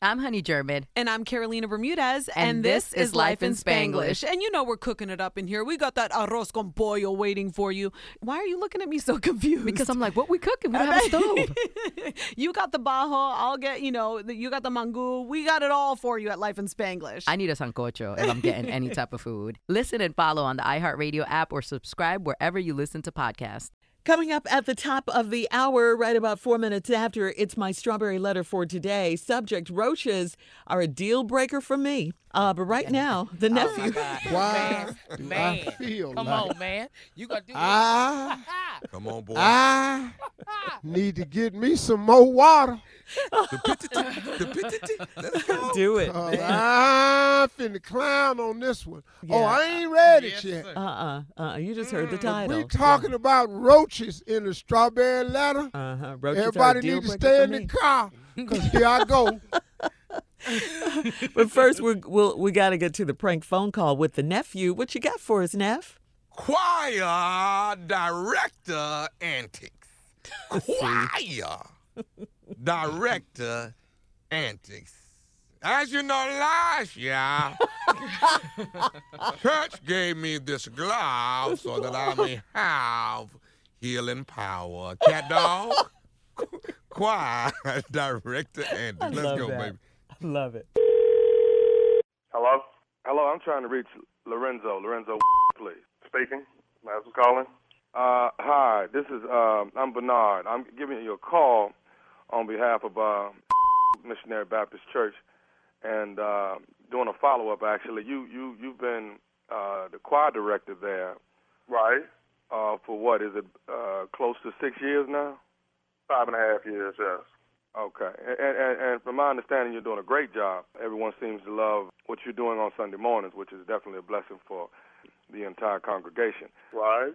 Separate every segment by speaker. Speaker 1: I'm Honey German.
Speaker 2: And I'm Carolina Bermudez.
Speaker 1: And this is Life in Spanglish.
Speaker 2: And you know we're cooking it up in here. We got that arroz con pollo waiting for you. Why are you looking at me so confused?
Speaker 1: Because I'm like, what we cooking? We don't have a stove.
Speaker 2: you got the bajo. I'll get, you know, the, you got the mango. We got it all for you at Life in Spanglish.
Speaker 1: I need a sancocho if I'm getting any type of food. Listen and follow on the iHeartRadio app or subscribe wherever you listen to podcasts.
Speaker 2: Coming up at the top of the hour, right about four minutes after, it's my strawberry letter for today. Subject roaches are a deal breaker for me. Uh, but right now,
Speaker 1: Oh
Speaker 2: the nephew.
Speaker 3: Why do
Speaker 4: Man,
Speaker 3: I feel
Speaker 4: Come
Speaker 3: like
Speaker 4: on, man. You got to do
Speaker 3: I,
Speaker 5: Come on, boy.
Speaker 3: I need to get me some more water?
Speaker 5: The pitty-tee, the pitty-tee. Let's go.
Speaker 2: Do it.
Speaker 3: 'cause Oh, I'm finna clown on this one. Oh, I ain't read it yet.
Speaker 2: Uh uh-uh, uh. You just heard the
Speaker 3: We
Speaker 2: title.
Speaker 3: talking about roaches in the strawberry ladder.
Speaker 2: Uh huh. Roaches
Speaker 3: Everybody
Speaker 2: are a deal
Speaker 3: need to
Speaker 2: breaker
Speaker 3: stay
Speaker 2: for
Speaker 3: in the
Speaker 2: me.
Speaker 3: car because here I go.
Speaker 2: But first, we're, we'll, we got to get to the prank phone call with the nephew. What you got for us, Neff?
Speaker 5: Choir director antics. Choir director antics. As you know, last year, church gave me this glove so that I may have healing power. Cat dog, choir director antics. Let's
Speaker 2: love
Speaker 5: go,
Speaker 2: that.
Speaker 5: baby.
Speaker 2: I love it.
Speaker 6: Hello? Hello, I'm trying to reach Lorenzo. Lorenzo, please. Speaking. That's who's calling. Uh, hi, this is, uh, I'm Bernard. I'm giving you a call on behalf of uh, Missionary Baptist Church and uh, doing a follow-up, actually. You, you, you've been uh, the choir director there. Right. Uh, for what, is it uh, close to six years now? Five and a half years, yes. Okay. And, and, and from my understanding, you're doing a great job. Everyone seems to love what you're doing on Sunday mornings, which is definitely a blessing for the entire congregation. Right.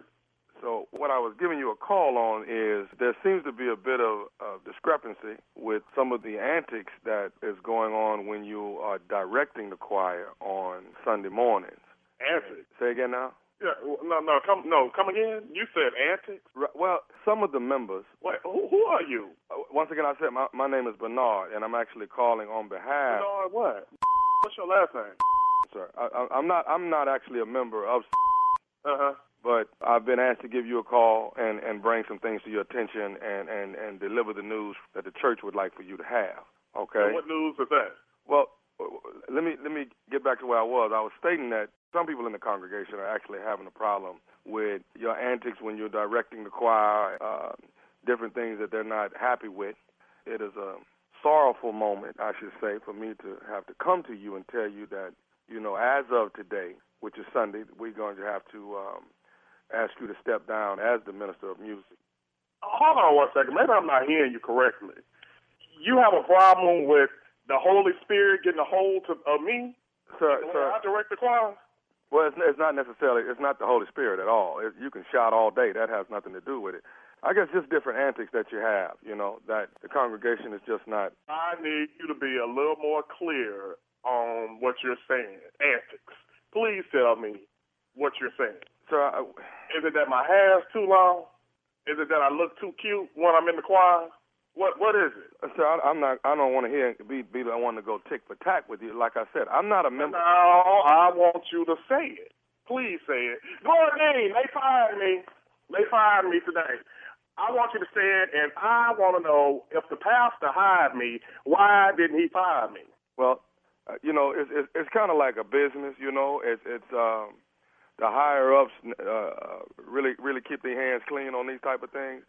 Speaker 6: So, what I was giving you a call on is there seems to be a bit of, of discrepancy with some of the antics that is going on when you are directing the choir on Sunday mornings. Antics? Say again now? Yeah, no, no, come, no, come again. You said antics. well, some of the members. Wait, who, who are you? Once again, I said my, my name is Bernard, and I'm actually calling on behalf. Bernard, what? What's your last name? Sir, I, I, I'm not. I'm not actually a member of. Uh
Speaker 7: Uh-huh.
Speaker 6: huh. But I've been asked to give you a call and, and bring some things to your attention and, and, and deliver the news that the church would like for you to have. Okay. what news is that? Well, uh, w- w- let me let me get back to where I was. I was stating that some people in the congregation are actually having a problem with your antics when you're directing the choir, uh, different things that they're not happy with. It is a sorrowful moment, I should say, for me to have to come to you and tell you that you know, as of today, which is Sunday, we're going to have to um, ask you to step down as the minister of music.
Speaker 7: Hold on one second. Maybe I'm not hearing you correctly. You have a problem with the Holy Spirit getting a hold to, of me?
Speaker 6: Sir,
Speaker 7: When
Speaker 6: sir,
Speaker 7: I direct the choir?
Speaker 6: well, it's, it's not necessarily, it's not the Holy Spirit at all. It, you can shout all day. That has nothing to do with it. I guess just different antics that you have, you know, that the congregation is just not
Speaker 7: I need you to be a little more clear on what you're saying. Antics. Please tell me what you're saying.
Speaker 6: Sir, I,
Speaker 7: Is it that my hair's too long? Is it that I look too cute when I'm in the choir? What What is it?
Speaker 6: sir, I, I'm not. I don't want to hear be be the one to go tick for tack with you. Like I said, I'm not a member.
Speaker 7: No, I want you to say it. Please say it. Gordon, Dean, they fired me. They fired me today. I want you to say it, and I want to know if the pastor hired me, why didn't he fire me?
Speaker 6: Well, uh, you know, it's it's, it's kind of like a business. You know, it's it's um, the higher ups uh, really really keep their hands clean on these type of things,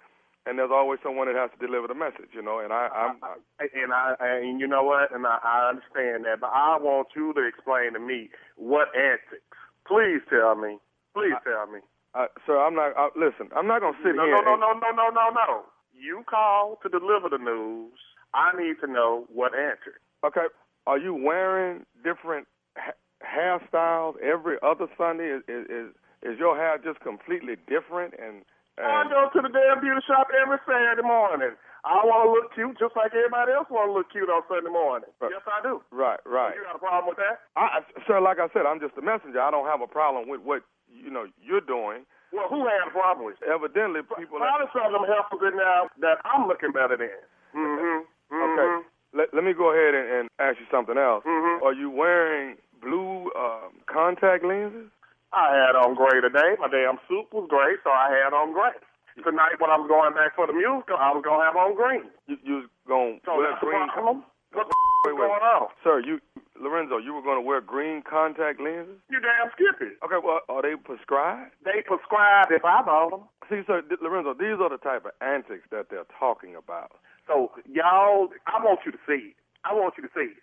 Speaker 6: and there's always someone that has to deliver the message. You know, and I, I'm I,
Speaker 7: And I and you know what? And I, I understand that, but I want you to explain to me what antics. Please tell me. Please tell
Speaker 6: I,
Speaker 7: me.
Speaker 6: Uh, sir, I'm not. I, listen, I'm not gonna sit
Speaker 7: No,
Speaker 6: here.
Speaker 7: no, no,
Speaker 6: and-
Speaker 7: no, no, no, no, no. You call to deliver the news. I need to know what antics.
Speaker 6: Okay, are you wearing different ha- hairstyles every other Sunday? Is, is is is your hair just completely different and?
Speaker 7: I
Speaker 6: and
Speaker 7: go to the damn beauty shop every Saturday morning. I want to look cute just like everybody else want to look cute on Sunday morning.
Speaker 6: But-
Speaker 7: yes, I do.
Speaker 6: Right, right.
Speaker 7: You got a problem with that?
Speaker 6: I, I- sir, like I said, I'm just a messenger. I don't have a problem with what you know you're doing.
Speaker 7: Well, who had a problem with it?
Speaker 6: Evidently, people.
Speaker 7: Probably some of them helpers in there that I'm looking better than. Mm-hmm.
Speaker 6: okay, Let, let me go ahead and, and ask you something else.
Speaker 7: Mhm.
Speaker 6: Are you wearing blue um, contact lenses?
Speaker 7: I had on gray today. My damn suit was gray, so I had on gray. Tonight, when I'm going back for the musical, I was gonna have on green.
Speaker 6: You, you was going to
Speaker 7: So
Speaker 6: wear
Speaker 7: that's the
Speaker 6: green.
Speaker 7: problem. What the
Speaker 6: Wait,
Speaker 7: f-
Speaker 6: wait.
Speaker 7: going on?
Speaker 6: Sir, you Lorenzo, you were going to wear green contact lenses.
Speaker 7: You damn skippy.
Speaker 6: Okay, well, are they prescribed?
Speaker 7: They prescribed if I bought them.
Speaker 6: See, sir, th- Lorenzo, these are the type of antics that they're talking about.
Speaker 7: So y'all, I want you to see it. I want you to see it.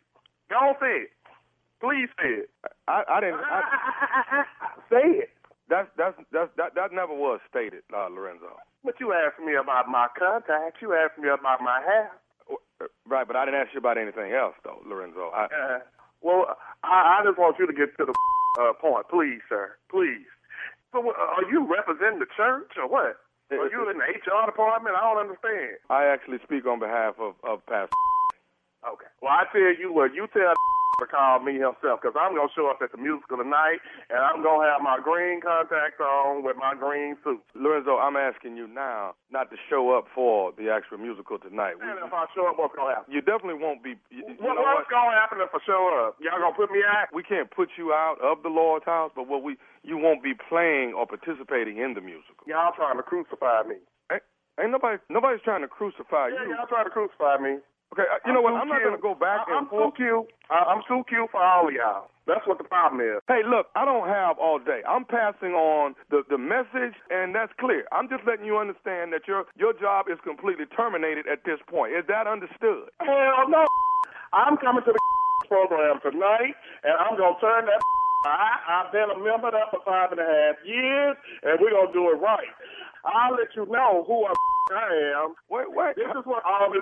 Speaker 7: Y'all say it. Please say it.
Speaker 6: I, I didn't. I,
Speaker 7: say it.
Speaker 6: that's that's that's that that never was stated, uh, Lorenzo.
Speaker 7: But you asked me about my contacts. You asked me about my hair.
Speaker 6: Uh, Right, but I didn't ask you about anything else, though, Lorenzo. I,
Speaker 7: Uh, well, I, I just want you to get to the uh, point, please, sir. Please. So, uh, are you representing the church or what? Are you in the HR department? I don't understand.
Speaker 6: I actually speak on behalf of of Pastor.
Speaker 7: Okay. Well, I tell you what, you tell to call me himself because I'm going to show up at the musical tonight and I'm going to have my green contacts on with my green suit.
Speaker 6: Lorenzo, I'm asking you now not to show up for the actual musical tonight.
Speaker 7: And
Speaker 6: We,
Speaker 7: if I show up, what's going to happen?
Speaker 6: you definitely won't be. You, you
Speaker 7: What,
Speaker 6: know what?
Speaker 7: what's going to happen if I show up? Y'all going to put me out?
Speaker 6: We can't put you out of the Lord's house, but what we you won't be playing or participating in the musical.
Speaker 7: Y'all trying to crucify me.
Speaker 6: Ain't, ain't nobody nobody's trying to crucify
Speaker 7: Yeah,
Speaker 6: you.
Speaker 7: y'all trying to crucify me.
Speaker 6: Okay, uh, you know what? I'm not
Speaker 7: too
Speaker 6: gonna go back
Speaker 7: cute. I-
Speaker 6: and
Speaker 7: I'm
Speaker 6: forth.
Speaker 7: too cute. I, I'm too cute for all of y'all. That's what the problem is.
Speaker 6: Hey, look, I don't have all day. I'm passing on the, the message, and that's clear. I'm just letting you understand that your your job is completely terminated at this point. Is that understood?
Speaker 7: Hell no. I'm coming to the program tonight, and I'm gonna turn that. I, I've been a member there for five and a half years, and we're gonna do it right. I'll let you know who I am.
Speaker 6: Wait, wait.
Speaker 7: This is what all this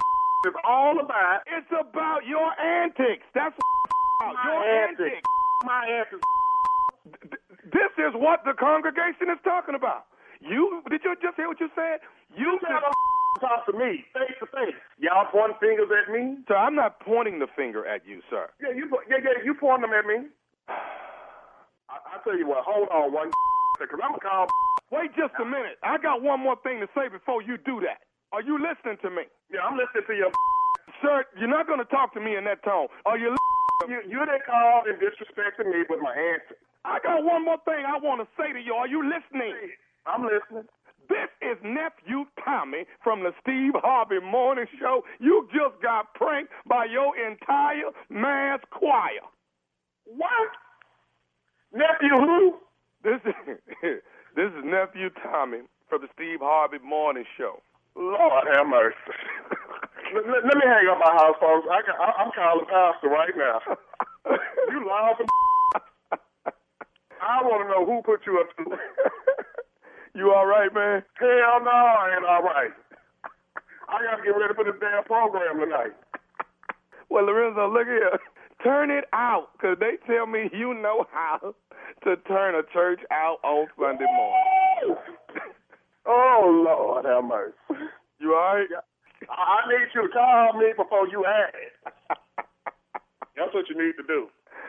Speaker 7: is all about.
Speaker 6: It's about your antics. That's about your
Speaker 7: My
Speaker 6: antics.
Speaker 7: antics. My antics.
Speaker 6: This is what the congregation is talking about. You did you just hear what you said? You
Speaker 7: You gotta talk to me face to face. Y'all pointing fingers at me.
Speaker 6: sir, I'm not pointing the finger at you, sir.
Speaker 7: Yeah, you po- yeah, yeah, you pointing them at me. I, I tell you what, hold on one second. I'm gonna call.
Speaker 6: Wait just a minute. I got one more thing to say before you do that. Are you listening to me?
Speaker 7: Yeah, I'm listening to your.
Speaker 6: Sir, you're not going to talk to me in that tone. Are you?
Speaker 7: You you done called and disrespected me with my answer.
Speaker 6: I got one more thing I want to say to you. Are you listening?
Speaker 7: I'm listening.
Speaker 6: This is nephew Tommy from the Steve Harvey Morning Show. You just got pranked by your entire mass choir.
Speaker 7: What? Nephew who?
Speaker 6: This is this is nephew Tommy from the Steve Harvey Morning Show.
Speaker 7: Lord have mercy. let, let- let me hang up my house phones. I, ca- I, I'm calling pastor right now. You lying for I want to know who put you up to.
Speaker 6: you all right, man?
Speaker 7: Hell no, I ain't all right. I gotta get ready for this damn program tonight.
Speaker 6: Well, Lorenzo, look here. Turn it out, 'cause they tell me you know how to turn a church out on Sunday morning.
Speaker 7: Oh Lord, have mercy.
Speaker 6: You all right?
Speaker 7: I I need you to call me before you ask. That's what you need to do.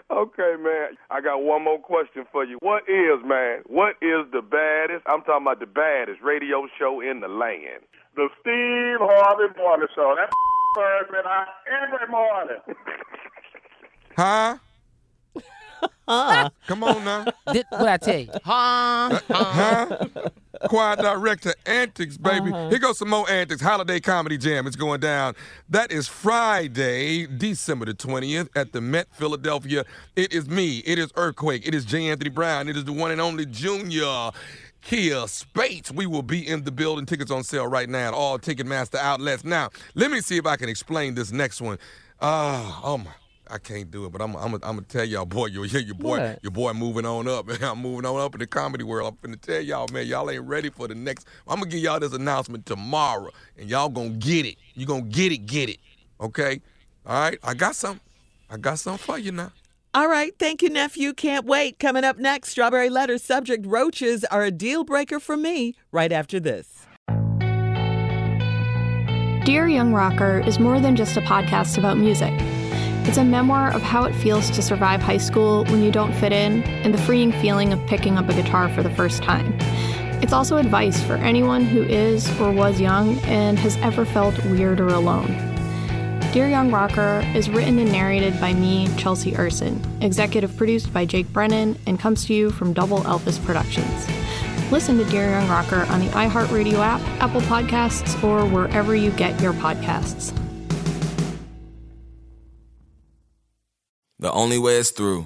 Speaker 6: Okay, man. I got one more question for you. What is, man? What is the baddest? I'm talking about the baddest radio show in the land.
Speaker 7: The Steve Harvey Morning Show. That turns me out every morning.
Speaker 5: Huh? Come on now.
Speaker 4: Did, what I tell you? Huh?
Speaker 5: Huh? Choir director antics, baby. Here goes some more antics. Holiday comedy jam. It's going down. That is Friday, December the 20th at the Met Philadelphia. It is me. It is Earthquake. It is J. Anthony Brown. It is the one and only Junior. Kia Spates. We will be in the building. Tickets on sale right now at all Ticketmaster outlets. Now, let me see if I can explain this next one. Ah, oh my. I can't do it, but I'm I'm I'm gonna tell y'all, boy, your your boy
Speaker 4: What?
Speaker 5: your boy moving on up. I'm moving on up in the comedy world. I'm finna tell y'all, man, y'all ain't ready for the next. I'm gonna give y'all this announcement tomorrow, and y'all gonna get it. You gonna get it, get it. Okay, all right. I got something. I got something for you now.
Speaker 2: All right. Thank you, nephew. Can't wait. Coming up next, Strawberry Letter subject roaches are a deal breaker for me right after this.
Speaker 8: Dear Young Rocker is more than just a podcast about music. It's a memoir of how it feels to survive high school when you don't fit in and the freeing feeling of picking up a guitar for the first time. It's also advice for anyone who is or was young and has ever felt weird or alone. Dear Young Rocker is written and narrated by me, Chelsea Erson, executive produced by Jake Brennan, and comes to you from Double Elvis Productions. Listen to Dear Young Rocker on the iHeartRadio app, Apple Podcasts, or wherever you get your podcasts.
Speaker 5: The only way is through.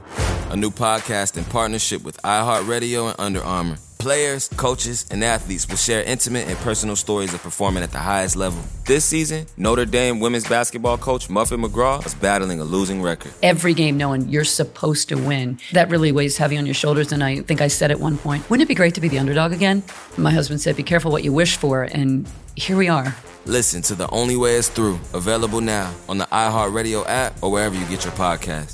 Speaker 5: A new podcast in partnership with iHeartRadio and Under Armour. Players, coaches, and athletes will share intimate and personal stories of performing at the highest level. This season, Notre Dame women's basketball coach Muffin McGraw is battling a losing record.
Speaker 2: Every game knowing you're supposed to win, that really weighs heavy on your shoulders. And I think I said at one point, wouldn't it be great to be the underdog again? My husband said, be careful what you wish for. And here we are.
Speaker 5: Listen to The Only Way is Through, available now on the iHeartRadio app or wherever you get your podcast.